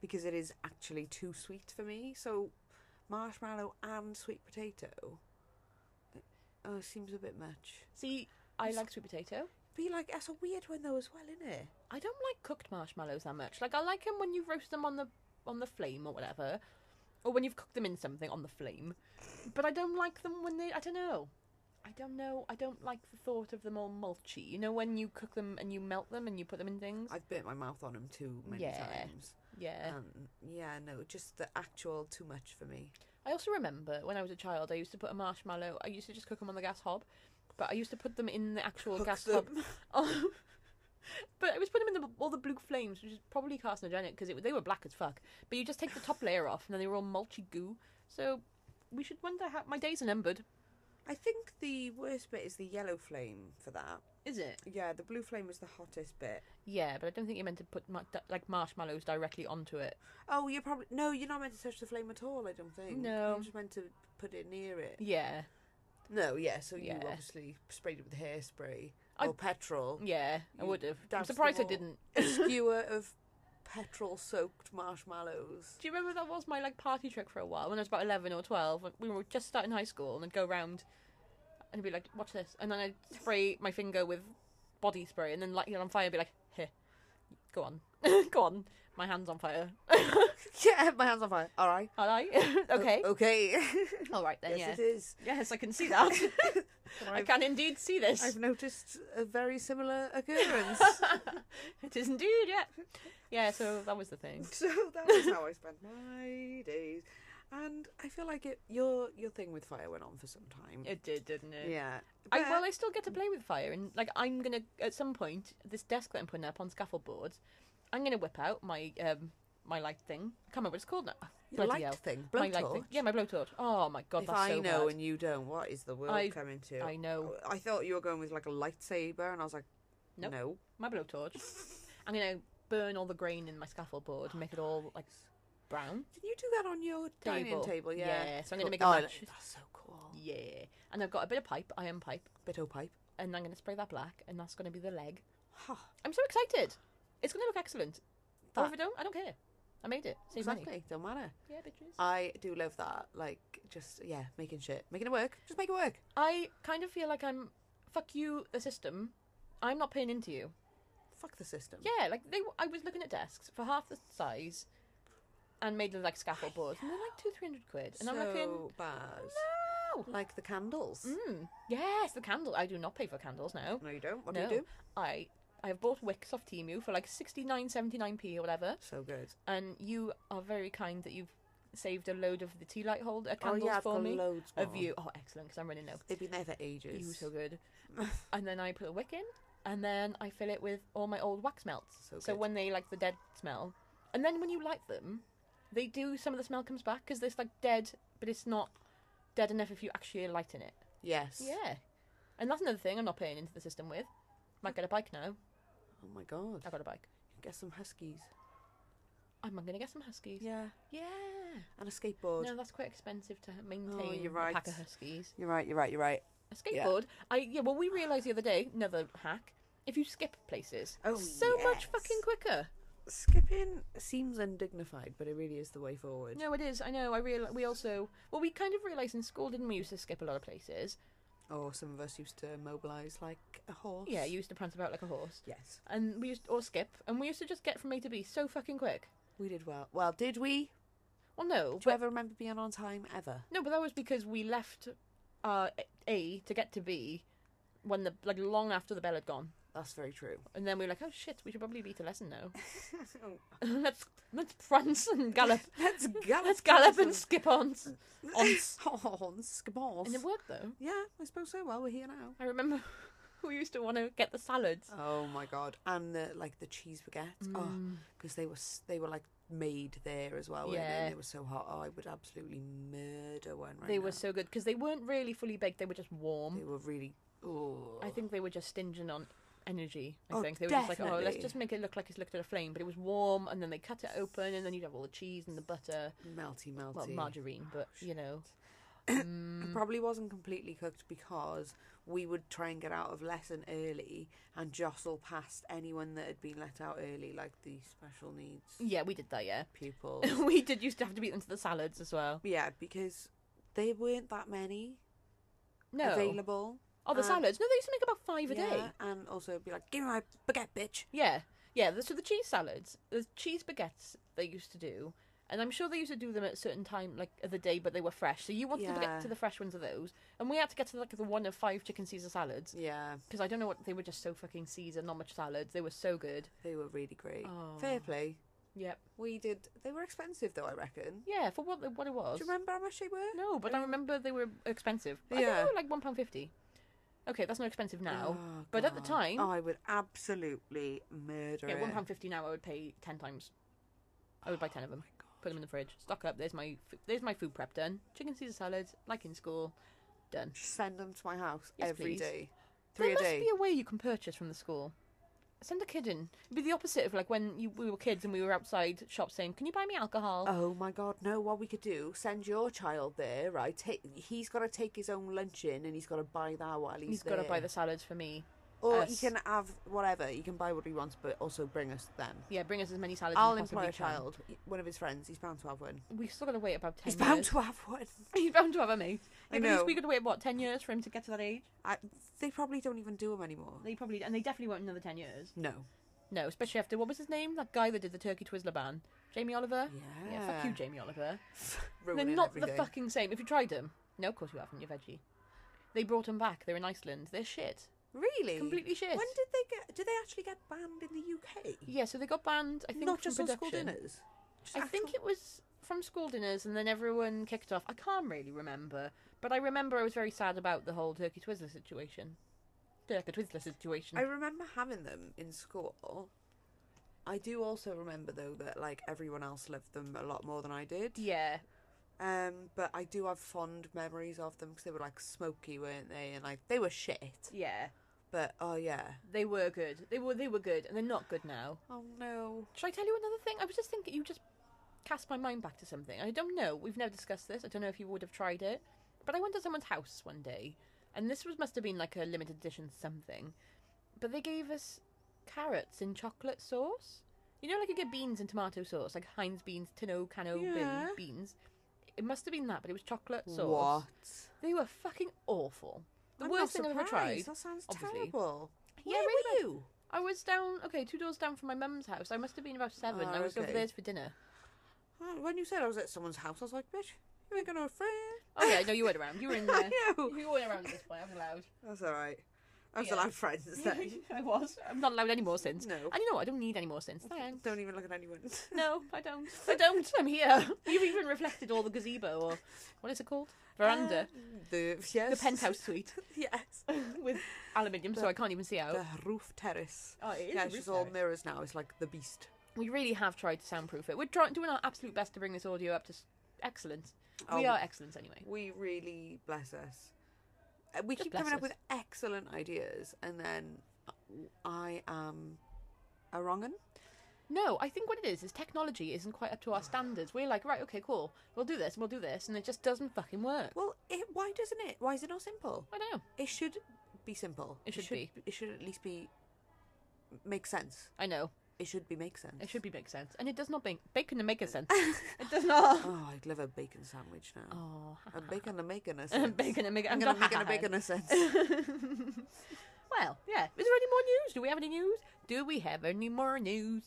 because it is actually too sweet for me. So, marshmallow and sweet potato. Oh, it seems a bit much.
See, I like sweet potato.
Be like that's a weird one though as well, isn't it?
I don't like cooked marshmallows that much. Like I like them when you roast them on the on the flame or whatever, or when you've cooked them in something on the flame. But I don't like them when they. I don't know. I don't know. I don't like the thought of them all mulchy. You know when you cook them and you melt them and you put them in things.
I've bit my mouth on them too many
Yeah. Eh.
times.
yeah.
Um, yeah, no, just the actual too much for me.
I also remember when I was a child, I used to put a marshmallow. I used to just cook them on the gas hob, but I used to put them in the actual
Cook
gas hob.
them.
Oh. but I was putting them in the, all the blue flames, which is probably carcinogenic because they were black as fuck. But you just take the top layer off, and then they were all mulchy goo. So we should wonder how my days are numbered.
I think the worst bit is the yellow flame for that.
Is it?
Yeah, the blue flame was the hottest bit.
Yeah, but I don't think you meant to put ma- da- like marshmallows directly onto it.
Oh, you're probably no, you're not meant to touch the flame at all. I don't think.
No.
you're just meant to put it near it.
Yeah,
No, yeah. So you
Yeah.
obviously sprayed it with hairspray
I-
or petrol.
yeah, I
You
would have. I'm
doused them
surprised I
all.
didn't.
A skewer of petrol-soaked marshmallows.
Do you remember that was my like party trick for a while when I was about eleven or twelve? when We were just starting high school, and I'd go round and I'd be like, "Watch this," and then I'd spray my finger with body spray, and then light it on fire, and be like, "Here, go on, go on, my hand's on fire."
yeah, my hands on fire. All right.
All right, okay,
Okay.
Oh, all right then,
yes, it is.
yeah, yes, I can see that. I
I've-
can indeed see this.
I've noticed a very similar occurrence.
It is indeed, yeah, yeah. So that was the thing.
so that was how I spent my days. And I feel like it your your thing with fire went on for some time.
It did, didn't it?
yeah.
I,
But-
well, I still get to play with fire, and like I'm gonna at some point, this desk that I'm putting up on scaffold boards, I'm gonna whip out my um my light thing. I can't remember what it's called now.
Your
Bloody
light
hell.
thing,
My light
blowtorch.
thing. Yeah, my blowtorch. Oh my god,
if
that's
I
so
know
bad.
and you don't, what is the world
I-
coming to?
I know
I thought you were going with like a lightsaber, and I was like,
Nope.
no.
my blowtorch. I'm gonna burn all the grain in my scaffold board, and make it all like brown.
Did you do that on your dining
Table.
table? Yeah.
Yeah, so I'm gonna
Cool.
make a
Oh,
match.
That's so cool.
Yeah, and I've got a bit of pipe, iron pipe,
Bit of pipe.
and I'm gonna spray that black, and that's gonna be the leg.
Huh.
I'm so excited. It's gonna look excellent. Or
That-
if I don't, I don't care. I made it. Save money.
Exactly. Don't matter.
Yeah, bitches.
I do love that. Like, just yeah, making shit, making it work. Just make it work.
I kind of feel like I'm fuck you the system. I'm not paying into you.
Fuck the system.
Yeah, like they. I was looking at desks for half the size, and made them like scaffold boards, and they're like two three hundred quid, and
so
I'm looking.
bad.
No.
Like the candles.
Mm, yes, the candle. I do not pay for candles now.
No, you don't. What
no,
do you do?
I I have bought wicks off Timu for like 69 79 p or whatever,
So good.
and you are very kind that you've saved a load of the tea light holder candles
oh yeah, I've
for
got
me.
loads
Of
more.
you, oh excellent, because I'm running out.
They've been there for ages.
You were so good. and then I put a wick in, and then I fill it with all my old wax melts.
So
So
good.
when they like the dead smell, and then when you light them, they do some of the smell comes back because there's like dead, but it's not dead enough if you actually light in it.
Yes.
Yeah. And that's another thing I'm not paying into the system with. Might get a bike now.
Oh my god.
I've got a bike.
Get some huskies.
I'm going to get some huskies.
Yeah.
Yeah.
And a skateboard.
No, that's quite expensive to ha- maintain
Oh, you're right.
a pack of huskies.
You're right. You're right. You're right.
A skateboard. I yeah. Well, we realised the other day another hack. If you skip places,
Oh,
so much
yes.
fucking quicker.
Skipping seems undignified, but it really is the way forward.
No, it is. I know. I real. We also. Well, we kind of realised in school, didn't we? Used to skip a lot of places.
Or Oh, some of us used to mobilise like a horse.
Yeah, you used to prance about like a horse,
Yes.
and we used or skip, and we used to just get from A to B so fucking quick.
We did well. Well, did we?
Well, no,
Do you
but
ever remember being on time ever?
no, but that was because we left uh, A to get to B when the like long after the bell had gone,
That's very true.
and then we were like, oh shit, we should probably be to lesson now. let's let's prance and gallop.
Let's gallop.
Let's gallop and skip on. on.
on skibbles.
And it worked though.
Yeah, I suppose so. Well, we're here now.
I remember we used to want to get the salads.
Oh my god! And the like the cheese baguettes. Oh,
Mm.
because they were s- they were like made there as well. weren't they?
Yeah.
And they were so hot. Oh, I would absolutely murder one right
they
now.
were so good because they weren't really fully baked; they were just warm.
They were really. Oh.
I think they were just stinging on energy. I
Oh,
think they were just like, oh, let's
definitely.
just make it look like it's looked at a flame, but it was warm, and then they cut it open, and then you'd have all the cheese and the butter,
melty, melty.
well, margarine, but
Oh,
you know,
It probably wasn't completely cooked because we would try and get out of lesson early and jostle past anyone that had been let out early, like the special needs
yeah, we did that. Yeah,
pupils.
we did used to have to beat them to the salads as well.
yeah, because there weren't that many
No,
available.
oh, the
um,
salads. No, they used to make about five a
yeah,
day.
And also be like, give me my baguette, bitch.
Yeah, yeah. the- So the cheese salads, the cheese baguettes they used to do, and I'm sure they used to do them at a certain time, like of the day, but they were fresh. So you wanted
Yeah.
to get to the fresh ones of those, and we had to get to like the one of five chicken Caesar salads
Yeah,
because I don't know what they were just so fucking Caesar, not much salads. They were so good.
they were really great.
Oh.
Fair play.
Yep.
We did. They were expensive though, I reckon.
Yeah, for what what it was.
Do you remember how much they were?
No, but I remember they were expensive. I think
Yeah.
they were like one pound fifty. Okay, that's not expensive now,
Oh,
but at the
God.
time,
oh, I would absolutely murder
yeah,
it.
one pound fifty now I would pay ten times. I would buy ten of them.
Oh
Put them in the fridge. Stock up. There's my f- there's my food prep done. Chicken Caesar salads, like in school, done.
Send them to my house
Yes,
every
please.
day, three
there
a
must
day.
be a way you can purchase from the school. Send a kid in. It'd be the opposite of like when you, we were kids and we were outside shops saying, "Can you buy me alcohol?"
Oh my god, no, what we could do, send your child there, right? Take, he's got to take his own lunch in and he's got to buy that while he's,
He's got to buy
there.
the salads for me.
Or he
us.
can have whatever, he can buy what he wants, but also bring us them.
Yeah, bring us as many salads.
I'll
as you
employ a
possibly can.
child, one of his friends, he's bound to have one.
We still got to wait about ten.
He's
years.
bound to have one.
He's bound to have a mate.
I
Yeah, but at least
know.
We got to wait what ten years for him to get to that age.
I, they probably don't even do them anymore.
They probably and they definitely won't another ten years.
No.
No, especially after what was his name? That guy that did the Turkey Twizzler ban, Jamie Oliver.
Yeah.
Yeah, fuck you, Jamie Oliver. They're
Ruining
not
everything.
the fucking same. If you tried them, no, of course you haven't. You're veggie. They brought them back. They're in Iceland. They're shit.
Really?
Completely shit.
When did they get? Did they actually get banned in the UK?
Yeah, so they got banned. I think
Not
from
just on school
production.
dinners. Just
I think
actual-
it was from school dinners, and then everyone kicked off. I can't really remember, but I remember I was very sad about the whole Turkey Twizzler situation. Turkey Twizzler situation.
I remember having them in school. I do also remember though that like everyone else loved them a lot more than I did.
Yeah,
Um, but I do have fond memories of them because they were like smoky, weren't they? And like they were shit.
yeah,
But oh yeah.
they were good. They were they were good, and they're not good now.
Oh no.
Should I tell you another thing? I was just thinking. You just cast my mind back to something. I don't know. We've never discussed this. I don't know if you would have tried it, but I went to someone's house one day, and this was must have been like a limited edition something. But they gave us carrots in chocolate sauce. You know, like you get beans and tomato sauce, like Heinz beans, Tino Cano bin-
Yeah.
beans. It must have been that, but it was chocolate sauce.
What?
They were fucking awful. The
I'm
worst
not
thing I've ever tried.
surprised. That sounds
obviously.
terrible.
Yeah,
Where
really bad.
were you?
I was down, okay, two doors down from my mum's house. I must have been about seven.
Ah,
I was over
okay.
there for dinner.
Oh, when you said I was at someone's house, I was like, bitch, you ain't got no friend.
Oh yeah, no, you weren't around. You were in there.
I know.
You weren't around at this point. I was allowed.
That's all right. I still
Yeah.
have friends then.
I was. I'm not allowed any more since.
No.
And you know what? I don't need any more since. Thanks.
Don't even look at anyone.
No, I don't. I don't. I'm here. You've even reflected all the gazebo or what is it called? Veranda.
Um, the
the
yes.
penthouse suite
yes.
with aluminium, so I can't even see out.
The roof terrace.
oh, it is
yeah,
a
it's
roof
just all
terrace.
mirrors now. It's like the beast.
We really have tried to soundproof it. We're trying, doing our absolute best to bring this audio up to s- excellence. We
Oh.
are excellence anyway.
We really bless us. Uh, We
Just
keep coming up
bless
with excellent ideas, and then I am a wrong 'un.
No, I think what it is is technology isn't quite up to our standards. We're like, right, okay, cool, we'll do this, we'll do this, and it just doesn't fucking work.
Well, it, why doesn't it? Why is it not simple?
I know.
It should be simple.
It should be.
It should at least be make sense.
I know.
It should be make sense.
It should be make sense, and it does not make bacon to make a sense. it does not.
Oh, I'd love a bacon sandwich now.
Oh,
A bacon, a bacon, a sense.
bacon to make.
I'm gonna make it a bacon, a sense.
well, yeah. Is there any more news? Do we have any news? Do we have any more news?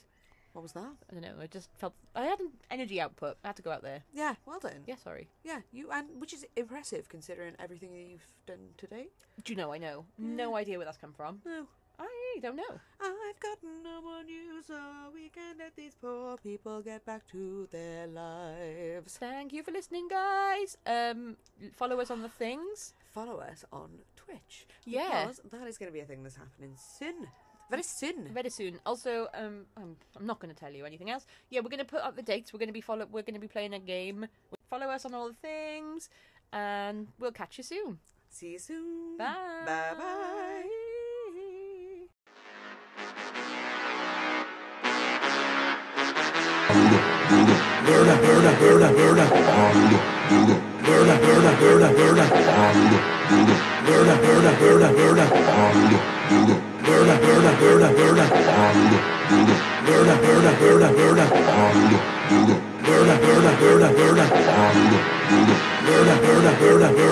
What was that?
I don't know. I just felt I had an energy output. I had to go out there.
Yeah, well done.
Yeah, sorry.
Yeah, you and which is impressive considering everything that you've done today.
Do you know? I know.
Mm.
No idea where that's come from.
No,
I don't know.
I've got no more news, so we can let these poor people get back to their lives.
Thank you for listening, guys. Um, follow us on the things.
Follow us on Twitch.
Yeah.
because that is going to be a thing that's happening soon, very soon.
Very soon. Also, um, I'm, I'm not going to tell you anything else. Yeah, we're going to put up the dates. We're going to be follow. We're going to be playing a game. Follow us on all the things, and we'll catch you soon.
See you soon.
Bye.
Bye bye.
Burda, burda, burda, burda.